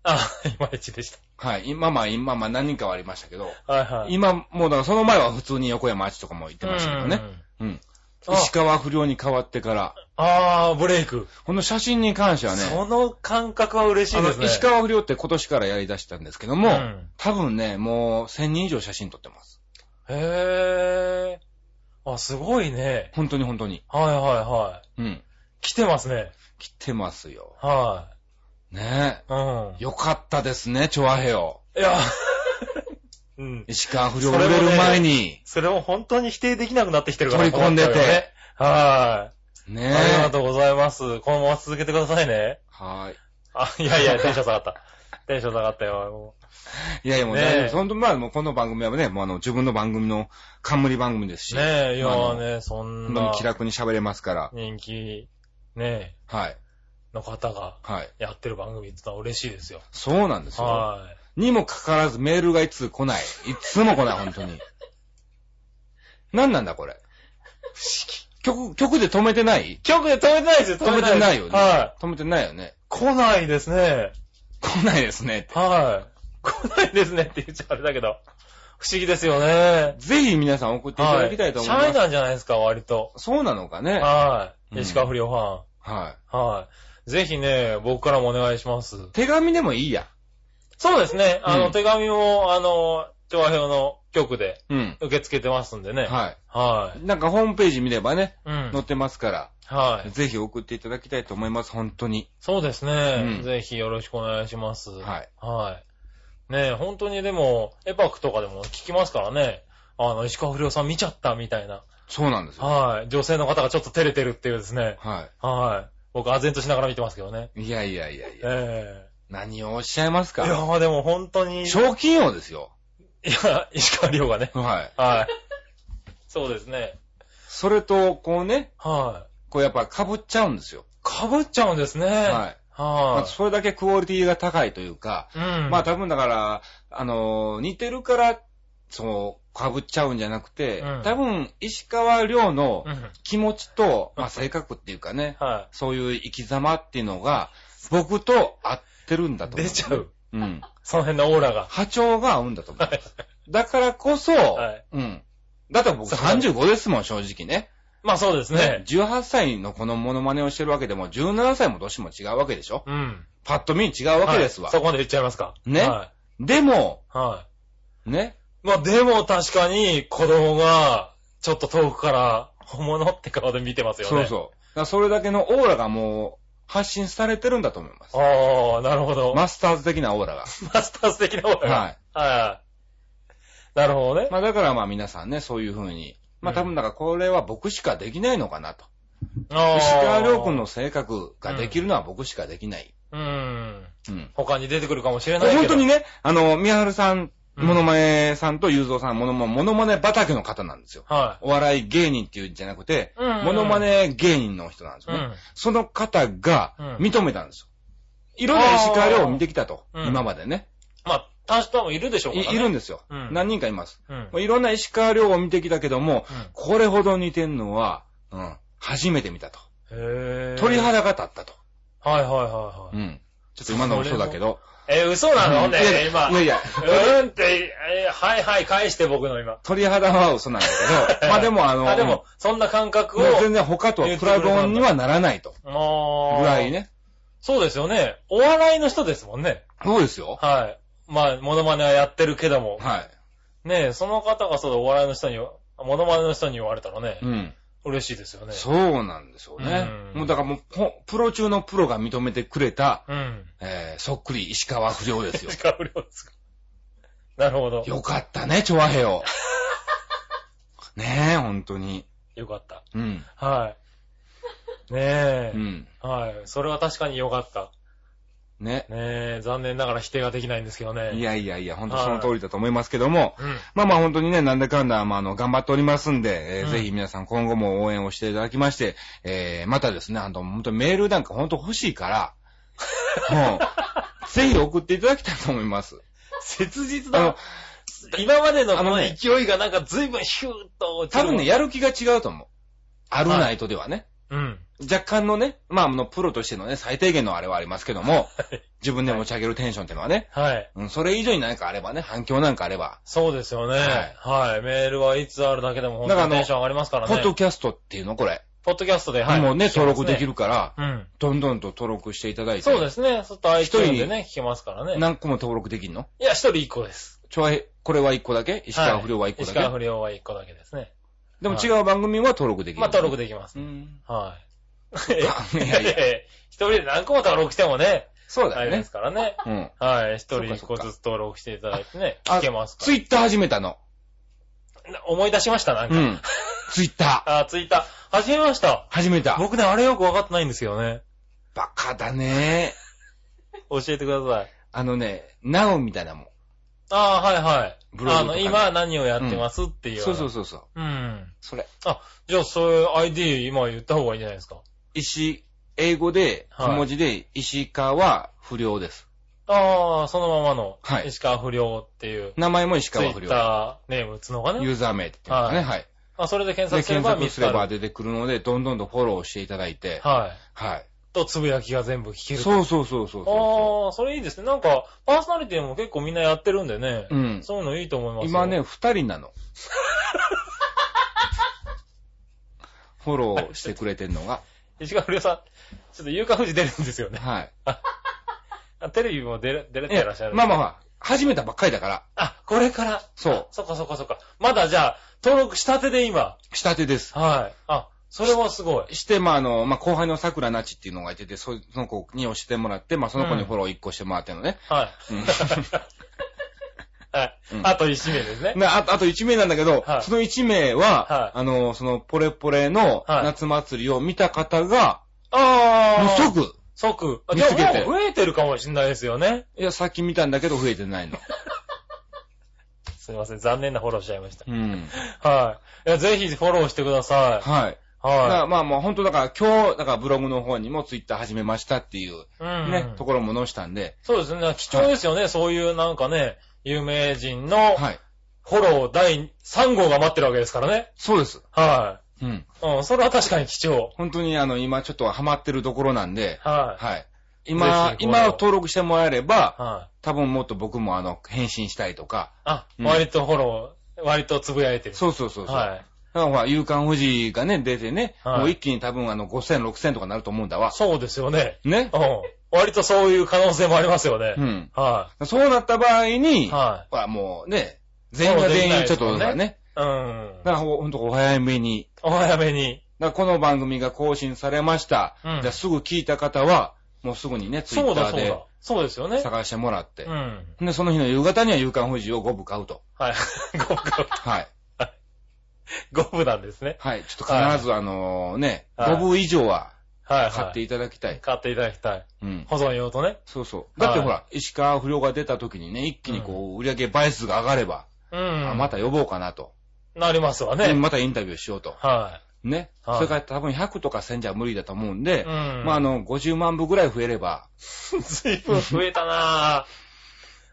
あ、いまいちでし
はい。今まあ、今まあ何人かはありましたけど、
た。はいはい。っ
今、もうだからその前は普通に横山町とかも行ってましたけどね。。うん。
あ
石川不良に変わってから、
ああ、ブレイク。
この写真に関してはね、
その感覚は嬉し
あ
い
の
ですね。
石川不良って今年からやり出したんですけども、
うん
多分ね、もう1000人以上写真撮ってます。
へえ。あ、すごいね。
本当に本当に。
はいはいはい。
うん。
来てますね。
来てますよ。
は
ね
い。うん
え。。よかったですね、チョアヘヨ。
いや、 うん。
石川不良売れる前に。
それも本当に否定できなくなってきてるから
取り込んでて
困ったよねはい。
ね
ありが
え。
とうございます。このまま続けてくださいね。
はーい。
あ、いやい や、テンション下がった。テンション下がったよ。
いやいや、もう
ねえ
大丈夫です。ほんと、まあ、もうこの番組はね、もうあの、自分の番組の冠番組ですし。
ねえ、いや
あ
ー
の
ね、そ
ほん
ん
と
な
に気楽に喋れますから。
人気、ね
はい。
え、の方が
はい。
やってる番組ってのは嬉しいですよ。
そうなんですよ。
は
にもかかわらずメールがいつ来ない。いつも来ない、ほんとに。なんなんだ、これ。不思議。曲、曲で止めてない
い。曲で止めてないですよ、
止めてないよね。
はい。
止めてないよね。
来ないですね。
来ないですねって。
はい。来ないですねって言っちゃあれだけど。不思議ですよね。
ぜひ皆さん送っていただきたいと思いま
シャイ
す。
なんじゃないですか、割と。
そうなのかね。
はい。
うん
石川不良ファン。
は
はい。ぜひね、僕からもお願いします。
い。手紙でもいいや。
そうですね。あの、
うん
手紙も、あの、調和表の局で
うん。
受け付けてますんでね。はい。
はい。なんかホームページ見ればね、
うん。
載ってますから、
はい。
ぜひ送っていただきたいと思います、本当に。
そうですね、
うん
ぜひよろしくお願いします。
はい。
はい。ねえ、本当にでも、エパックとかでも聞きますからね。あの、石川不良さん見ちゃったみたいな。
そうなんですよ。
はい。女性の方がちょっと照れてるっていうですね。
は
はい。僕、唖然としながら見てますけどね。
い。いやいやいやいや。
え
何をおっしゃいます
えいや
か
ーでも本当に、い
賞金王ですよ。
や、石川遼がね。
はい。
はい。そうですね。
それと、こうね、
は
こうやっぱ被っちゃうんですよ。
い。被っちゃうんですね。
はい
はい。。
まあそれだけクオリティが高いというか、
うん。
まあ多分だから、あのー似てるから、そう、被っちゃうんじゃなくて、
うん
多分、石川亮の
うん。
気持ちと、まあ性格っていうかね、
は
そういう生き様っていうのが、僕と合ってるんだ
い。
と思う。
出ちゃう。。
うん。
その辺のオーラが。
波長が合うんだと思う
は。い。
だからこそ、
はい
うん。だって僕35ですもん、正直ね。
まあそうですね。
18歳のこのモノマネをしてるわけでも、17歳も年も違うわけでしょ
うん。
パッと見違うわけですわ。
はいそこまで言っちゃいますか。
ね
は
でも、
い。は
ね、
い。まあでも確かに子供が、ちょっと遠くから本物って顔で見てますよ
そう
ね。
そう。だからそれだけのオーラがもう、発信されてるんだと思います。
ああ、なるほど。
マスターズ的なオーラが。
マスターズ的なオーラが。
はい。
はい。なるほどね。
まあだからまあ皆さんね、そういうふうに。まあ多分だからこれは僕しかできないのかなと。
あー
石川亮君の。性格ができるのは僕しかできない。
うん。
うん。
他に出てくるかもしれないけど。
本当に。ね、あの、宮原さん、
うん
モノマネさんと雄三さん、モノマネ、モノマネ畑の方なんですよ。
は
お笑い芸人っていうんじゃなくて、
い。うん
モノマ。ネ芸人の人なんです
う
よね。
ん。
その方が
うん
認めたんですよ。いろんな石川遼を見てきたと、
あーうん
今までね。
まあ、多種多分いるでしょうか
い
らね。
いるんですよ、
うん
何人かいます。
うん。
いろんな石川遼を見てきたけども、
うん
これほど似てんのは、うん、初めて見たと。
へぇー。
鳥肌が立ったと。
はいはいはいは
う
い。
ん。ちょっと今の嘘だけど。
えー、嘘なのね
いやいや
今。
いやいや
うーんって、えーはいはい、返して僕の今。
鳥肌は嘘なんだけど、まあでもあの、
あ、でも、そんな感覚を。
まあ全然他とは比べ物にはならないと。
あー
ぐらい。ね。
そうですよね。お笑いの人ですもんね。
そうですよ。
はい。まあ、モノマネはやってるけども。
は
ねえ、その方がそうだ、お笑いの人に、モノマネの人に言われたらね
い。う、ん。
嬉しいですよね。
そうなんですよね。
うん
もうだからもうポ、プロ中のプロが認めてくれた、
うん。
えー、そっくり石川不良 ですよ
石。川不良ですか。なるほど。
よかったね、チョアヘ ヨ。ねえ、本当に。
よかった。
うん。
はい。ねえ
う。ん。
はい。それは確かに良かった。
ね。
ねえ、残念ながら否定ができないんですけどね。
い。やいやいや、本当その通りだと思いますけども、
うん。
まあまあ本当にね、なんだかんだ、まああの、頑張っておりますんで、えー
うん
ぜひ皆さん今後も応援をしていただきまして、えー、またですね、あの、本当メールなんか本当欲しい から、もう、ぜひ送っていただきたいと思います。
切実
あの
だ。、今までの
あ
こ
の
の
ね
勢いがなんか随分ヒューッと落ち
多
る。
分ね、やる気が違うと思う。あるないとではね。
うん。
若干のね、まあ、あの、プロとしてのね、最低限のあれはありますけど も、自分で持ち上げるテンションってのはね、
はい。
うん、それ以上に何かあればね、反響なんかあれば、
そうですよね。
は
はい。メールはいつあるだけでも本
だからあ
当に
の
テンション上がりますからね。
ポッドキャストっていうのこれ。
ポッドキャストで、はい。
もうね、
聞けます
登録でき。るから、
うん。
どんどんと登録していただいて。
そうですね。ちょっと iTunes
人
でね、聞けますからね。
何個も登録できんの
いや、一人一個です。
ちょい、これは一個だけ石川
はい
不良は一個だ
石
け、
川不良は一個だけですね。
でも違う番組は登録できる。
まあ、登録できます。
きうん。
はい。い
か
や いやいや一人で何個も登録してもね、
そう
あ
だ
れ
よ
で
ね
す。からね。
うん。
はい。一人一
そ
個
っかそっか
ずつ登録していただいてね、
あ
聞けますか
ツイッター始めたの。
ら。な思い出しました、なん
う
か。
ん。ツイッター。
あ、ツイッター。始めました。
始めた。
僕ね、あれよくわかってないんですよね。
バカだね。
教えてください。
あのね、なおみたいなもん。
ああ、はい
ブ
はい。
ロ
あ
グと
の、
か
今何をやってますっていう。
そうそうそうそう。
う。うん。
それ。
じゃあ、そういう ID 今言った方がいいんじゃないですか。
石、英語で、
はい
小文字で、石川不良です。
ああ、そのままの。
はい
石川不良っていう。
名前も石
ツイ
川不
ッ
良。
ターネーム打つのが
ユ
ね。
ーザー名って言うんですかね。
は
はい。
あ、それで検索
で、
すれ
検
ば
索
見
す
つか
れば
る。
出てくるので、どんどんとフォローしていただいて。
はい。
はい。
と、つぶやきが全部聞ける。
そうそうそうそうそ
ああ、それいいですね。なんか、パーソナリティも結構みんなやってるんでね。
う。うん。
そういうのいいと思いますよ。
今ね、二人 なの。フォローしてくれてんのが。
石川不良さん、ちょっと有価富士出るんですよね。
はい。
あテレビも出れ出れ
い
て
や
らっしゃる。
まあまあまあ、始めたばっかりだから、
あ、これから。
そう。
そっかそっかそっか。まだじゃあ、登録したてで今。
下手です。
はい。あ、それはすごい。
して、まあ、あの、まあ、後輩の桜なちっていうのがいてて、そその子に教えてもらって、まあ、その子にフォロー1個してもらってるのね。
はい。 はい
うん。
あと1名ですね。
なあとあと1名なんだけど、
はい
その1名は、
はい
あの、その、ポレポレの
はい
夏祭りを見た方が、も
あ
う
あ。
即、
即。あ、
見
じゃ
つけて
あもう増えてるかもしんないですよね。
いや、さっき見たんだけど増えてない の。
すいません。残念なフォローしちゃいました。
うん。
はい。いや、ぜひフォローしてくださ
はい。
い。
だか
は
らまあまあ、本当だから今日、だからブログの方にもツイッター始めましたっていう
い。うん。
ね、ところも載したんで、
そうですね。貴重ですよね。そういうなんかね、有名人の
はい。
フォロー第3号が待ってるわけですからね。
そうです。
は
うん。
い。うん。それは確かに貴重。
本当にあの、今ちょっとハマってるところなんで、
は
はい。
ぜ
今、
ひフォロー
今登録してもらえれば
い。、はい。
多分もっと僕もあの、返信したりとか。
あ、
うん
割とフォロー、割とつぶやいてる。
そうそうそうそう。
はい。
だからほら、勇敢富士がね、出てね、
はい
もう一気に多分あの、5000、6000とかなると思うんだわ。
そうですよね。
ね
う。ん。割とそういう可能性もありますよね
う。ん。
は
そうなった場合
い。
に、
は
ほらもうね、全員が全員ちょっとだからね、
い。うん
だ。からほほんとお早めに、
お早めに。
だからこの番組が更新されました。
うん
じゃあすぐ聞いた方は、もうすぐにね、ツイ
そ
ッ
う
ター
だ、そう
で
だ。そうですよね。
探してもらって。
うん。
で、その日の夕方には勇敢富士を5部買うと。
はい。 五分、
はい。
五分なんですね。
はい。ちょっと必ずあのね、
はい
5部以上は
はい、はい。
買っていただきたい。
買っていただきたい。
うん。
保存用とね。
そうそう。だってほ
は
ら、石川不良が出た時にね、一気にこう、売り上げ倍数が上がれば、
う
あ
ん。
また呼ぼうかなと。
なりますわ
で
ね。
またインタビューしようと。
は
ね。
はい
それから多分100とか1000じゃ無理だと思うん
い。
で、
うん。
ま ああの、50万部ぐらい増えれば、
ずいぶん増えたなぁ。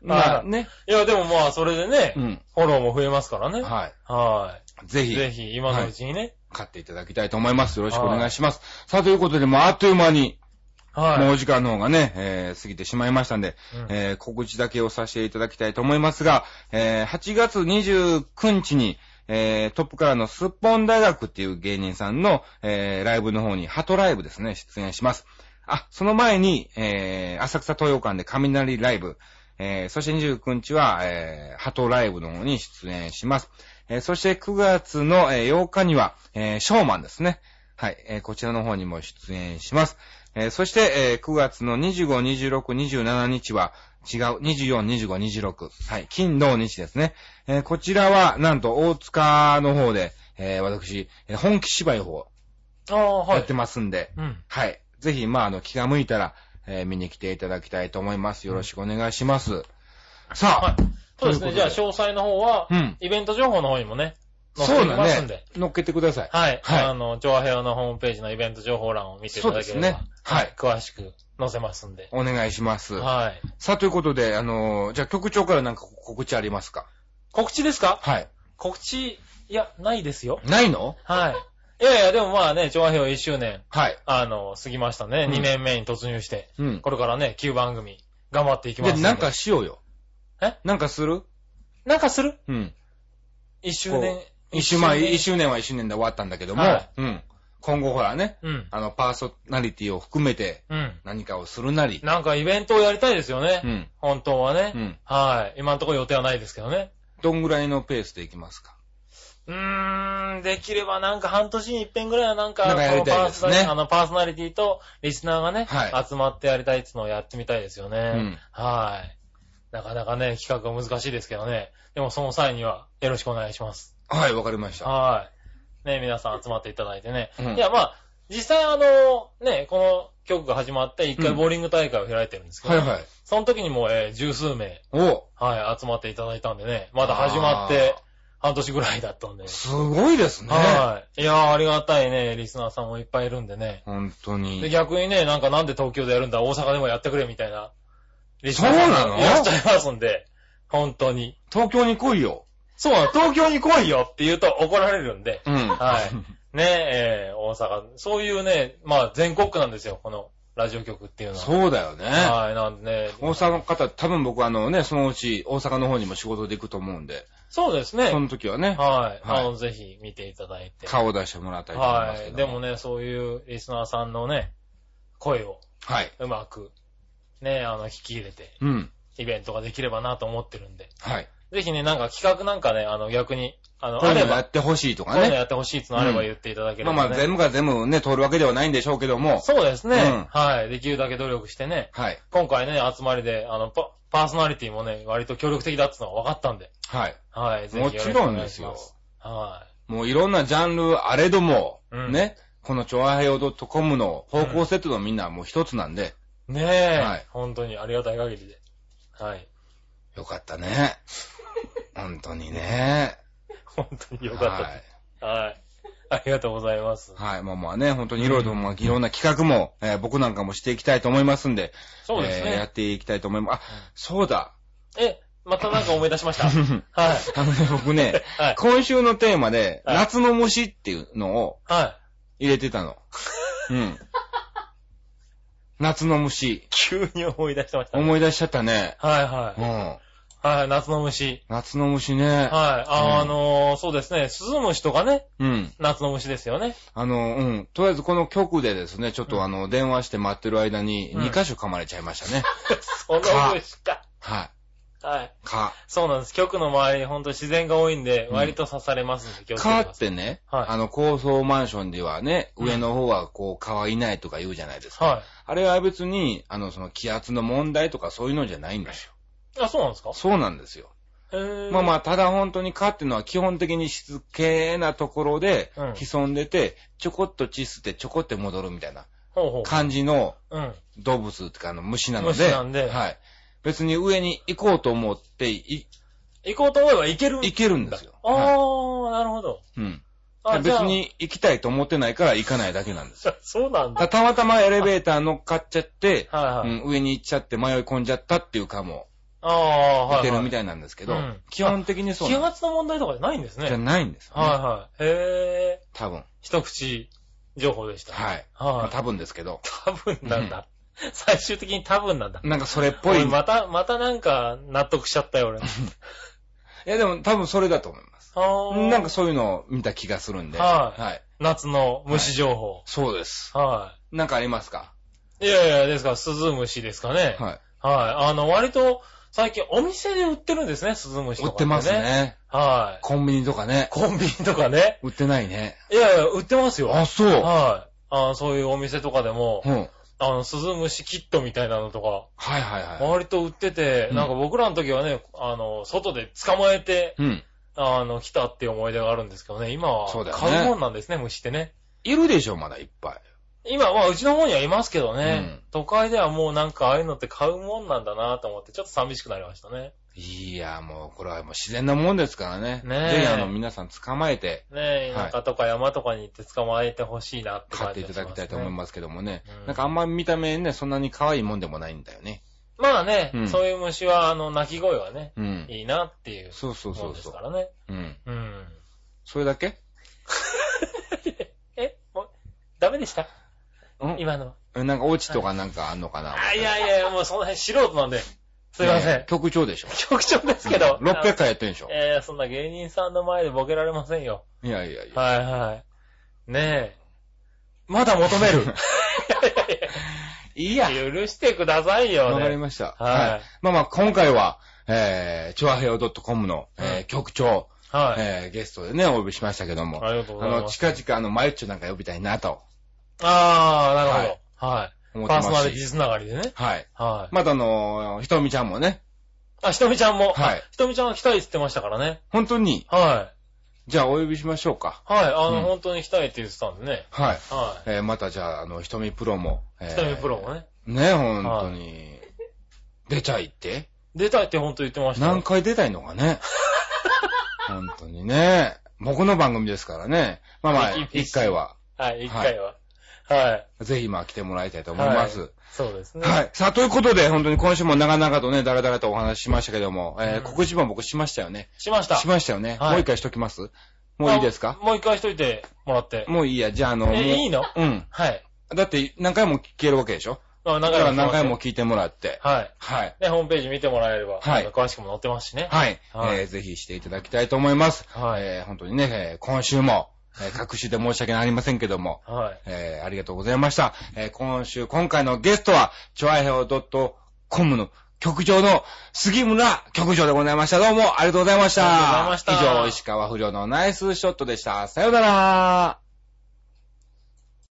まあね、
いや、でもまあ、それでね
う、ん。
フォローも増えますからね。
は。
はい
ぜ
い。
ひ、
ぜひ、今のうちにね。
買っていただきたいと思います。よろしくお願いします。さあ、ということで、もうあっという間に、もう
は
お時間の方がね、えー過ぎてしまいましたんで、
い。うん
えー告知だけをさせていただきたいと思いますが、えー8月29日に、えートップからのすっぽん大学っていう芸人さんの、えーライブの方に、ハトライブですね、出演します。あ、その前に、えー浅草東洋館で雷ライブ、えーそして29日は、えーハトライブの方に出演します。えーそして9月の、えー8日には、えーショーマンですね。はい、えーこちらの方にも出演します。えーそして、えー9月の25、26、27日は、違う、24、25、26。はい、金、土、日ですね。えーこちらは、なんと、大塚の方で、えー私、えー本気芝居の方、
ああ、は
や
い
って。ますんで、
うん。
はい、ぜひ、まあ、あの、気が向いたら、えー見に来ていただきたいと思います。よろしくお願いします。
は
さ
い。そう
という
ですね。
ことで
じゃあ、詳細の方は
うん、
イベント情報の方にもね、
あ、
載せ
そ
て
う
いきま
だ
すんで
ね。。乗っけてください。
はい。
はい
あの、調和平和のホームページのイベント情報欄を見ていた
そう
だ
で
け
す
れば、
ね。はい。
詳しく載せますんで。
お願いします。
はい。
さあ、ということで、あのーじゃあ局長からなんか告知ありますか
告知ですか
はい。
告知、いや、ないですよ。
ないの
はい。いやいや、でもまあね、調和平和1周年、
はい。
あの、過ぎましたね。
うん
2年目に突入して、
うん。
これからね、旧番組、頑張っていきま
です
んで。
なんか、しようよ。
え
なんかする
なんかする
うん。
?1 周年
こ。一周、まあ、
一周年
一周年は一周年で終わったんだけども、
は
うん。今後ほらね、
うん。
あの、パーソナリティを含めて
うん。
何かをするなり、
なんかイベントをやりたいですよね。
うん。
本当はね。
うん。
はい。今のところ予定はないですけどね。
どんぐらいのペースでいきますか
うーん、できればなんか半年に一遍ぐらいはなんか、
なんかやり
この
たい
パー
です
ソ
ね
ナリあの、パーソナリティとリスナーがね、
は
集まってやりたいっていうのをやってみたいですよね。
ん
はい。なかなかね、企画は難しいですけどね。でもその際には、よろしくお願いします。
はい、わかりました。
はい。ね、皆さん集まっていただいてね。
うん
いや、まあ、実際あの、ね、この曲が始まって、一回ボーリング大会を開いてるんですけど、
はいはい。
その時にもう、えー十数名、
お
はい、集まっていただいたんでね、まだ始まって半年ぐらいだったんで。
すごいですね。
はい。いやー、ありがたいね、リスナーさんもいっぱいいるんでね。
本当に
で、。逆にね、なんかなんで東京でやるんだ、大阪でもやってくれみたいな、リスナー
そうな
さん
の
もいらっしゃいますんで、本当に。
東京に来いよ。
そうなの、東京に来いよって言うと怒られるんで、
うん。
はい。ねえー、大阪。そういうね、まあ全国区なんですよ、このラジオ局っていうのは。
そうだよね。
はい、なんでね。
大阪の方、多分僕あのね、そのうち大阪の方にも仕事で行くと思うんで、
そうですね。
そ
はい。
の時はね、
あの、ぜひ見ていただいて。
顔を出してもらいたいと思いま
は
すけ
い。
ど。
でも。ね、そういうリスナーさんのね、声を
はい。
うまく、ね、あの、引き入れて、
うん。
イベントができればなと思ってるんで。
はい。
ぜひね、なんか企画なんかね、あの、逆に、あの、
こう
あ
いう
れ
のや
ば、
ってほしいと
こ
か
ういうの
ね。
やってほしいってのあれば
うん
言っていただけれ
まあ
ば、ね。
まあ全部が全部ね、通るわけではないんでしょうけども、
そうですね、
うん
はい。できるだけ努力してね。
はい。
今回ね、集まりで、あの、パパーソナリティもね、割と協力的だってのが分かったんで。
はい。
はい。ぜひ
も
よろし
ち
くお
ろん
願
で
いし
すよ
ま。す。は
もういろんなジャンルあれども、
うん
ね、このチョアヘヨドットコムの方向セットのみんなはもう一つなんで、
い。ねえ、
はい
本当にありがたい限りで。はい。
よかったね。本当にね。
本当 によかったです。はい。ありがとうございます。
はい。はい。まあまあね、本当にいろいろと、まあいろんな企画も、えー僕なんかもしていきたいと思いますんで、
そうです
えーや
ね。
っていきたいと思います。あ、そうだ。
えまたなんか思い出しま した。
あ
はい。
のね、僕 ね、
はい。
今週のテーマで、
はい
夏の虫っていうのを
はい。
入れてた の。うん。夏の虫。
急に思い出してました。はい
思い出しちゃったね。
は
うん。
い。はい、夏の虫。
夏の虫ね。
はい。
うん
あ、あのーそうですね。鈴虫とかね、
うん。
夏の虫ですよね。
あの、うん。とりあえずこの局でですね、ちょっ
う
と
ん
あの、電話して待ってる間に、
うん
2箇所噛まれちゃいましたね。
その虫か。
はい。
はい。
蚊。
そうなんです。局の周りにほんと自然が多いんで、
うん
割と刺されますんで、気をつけて
蚊
くだ
っ
さい。
てね、
はい
あの、高層マンションではね、
うん
上の方はこう、蚊はいないとか言うじゃないですか。
は
あれは別に、あの、その気圧の問題とかそういうのじゃないんですよ。
い。あ、そうなんですか
そうなんですよ。
へー
まあまあ、ただ本当に蚊っていうのは基本的に湿気なところで
うん
潜んでて、ちょこっとチスってちょこって戻るみたいな
ほうほう。
感じの
うん。
動物っていうか、あの、虫なので。
虫なんで
はい。別に上に行こうと思ってい、
行こうと思えば行ける。
行けるんですよ。
あ
は
ー、なるほど。
い、うん。
あ、じゃ
別
あ。
に行きたいと思ってないから行かないだけなんですよ。
そうなんだ。
たたまたまエレベーター乗っかっちゃって、
はいはい。
うん上に行っちゃって迷い込んじゃったっていうかも、
ああ、はいい。
てるみ
た
た
い
いなんですけど、
うん
基本的にそう
気
なんで
圧の問題とかじゃないんです
すじゃ
ね。
ないんですよ、ね。
はいはい。へー。
多分。
一口情報でした。
はい。まあ
はい。
多分ですけど、
多分なんだ。最終的に多分なんだ。
なんかそれっぽい。
俺
い
また、またなんか納得しちゃった よ、俺。
やでも多分それだと思います。
あー
なんかそういうのを見た気がするんで。
はい
はい。
夏の虫情報。
そうです。
は
なんかありますか
い。いやいや、ですから、スズムシですかね。はい。
は
あの、割と、最近お店で売ってるんですね、スズムシ
い。売
と
っ
か、ね。
てます。ね。
はい。
コンビニとかね。
コンビニとかね。
売ってないね。
いやいや、売ってますよ。
あ、そう。
はい。あのそういうお店とかでも
う、ん。
あの、スズムシキットみたいなのとか、
はいはいは
割と売ってて、
うん
なんか僕らの時はね、あの、外で捕まえて、
い。うん。
あの、来たっていう思い出があるんですけどね、今は
そうだよね
買うもんなんですね、虫ってね。
いるでしょ、まだいっぱい。
今はうちの方にはいますけどね、
うん
都会ではもうなんかああいうのって買うもんなんだなと思って、ちょっと寂しくなりましたね。
いや、もう、これはもう自然なもんですからね。
ねえ
ぜひ、あの、皆さん捕まえて、
ねえ、
はい
田舎とか山とかに行って捕まえてほしいなって
買
感
って
じ
い
が
た
します、ね。
だきたいと思い
ま
ますけどもね。
うん
なんかあんま見た目ね、そんなに可愛いもんでもないんだよね。
す。まあね、
うん
そういう虫は、あの、鳴き声がね、
うん。
いいなっていう
そうそう
も
そ
ん
う
です
そ
からね。
う。うん。
うん。
それだけ
え、もう、ダメでした
うん
今のは。
えなんか、オチとかなんかあんのかな
あ、いやいやいや、もうその辺素人なんで、すいません。
局長でしょ。
局長ですけど。
600回やってんでしょ。
えー、そんな芸人さんの前でボケられませんよ。
いやいやいや。
はいはい。ねえ。まだ求める。
いい
いやいや いや許してくださいよ、
わかり
ね。
ました。
はい
まあまあ、今回は、えー、チョアヘオ .com の、
う
えー、局長、
はい。
えーゲストでね、お呼びしましたけども、
ありがとうご
あ
ざい
の、
ます。
近々あの、マユッチョなんか呼びたいなと
ああ、なるほど。はい。
思っ
パ
て
ーソナ
ます
リティ
し。
つながりでね。
はい。
はい。
またあの、ひとみちゃんもね、
あ、ひとみちゃんも。
はい
あひとみちゃんが来たいって言ってましたからね。
本当に、
は
じゃあお呼びしましょうか。
い。はい。あの、
うん
本当に来たいって言ってたんでね。
はい。
は
えーまたじゃあ、あの、ひとみプロも。えー
い。ひとみプロもね。
ね、本当に。出ちゃいって
出たいって本当言ってましたよ。
何回出たいのか ね。本当にね。僕の番組ですからね。まあまあ、一回は、
はい、一回は。はい。
ぜひまあ来てもらいたいと思います。
そうですね。
はい。さあ、ということで、本当に今週も長々とね、だらだらとお話ししましたけども、えー
うん
告知も僕しましたよね。
しました。
しましたよね。
はい
もう一回しときますもういいですか
あもう一回しといてもらって。
もういいや。じゃあ、あの、もう
え、いいの
うん。
はい。
だって、何回も聞けるわけでしょ
まあ、
だ
何
から
回も。
何回も。聞いてもらって。
はい。
はい。
で、ホームページ見てもらえれば、
はい
あの詳しくも載ってますしね。
はい。
はい
えーぜひしていただきたいと思います。
はい。
えー本当にね、えー今週も、え ー各種で申し訳ありませんけども、
はい。
えーありがとうございました。えー今週、今回のゲストは、ちょあへお .com の局長の杉村局長でございました。どうもありがとうございました。
ありがとうございました
以上、石川不良のナイスショットでした。さようなら。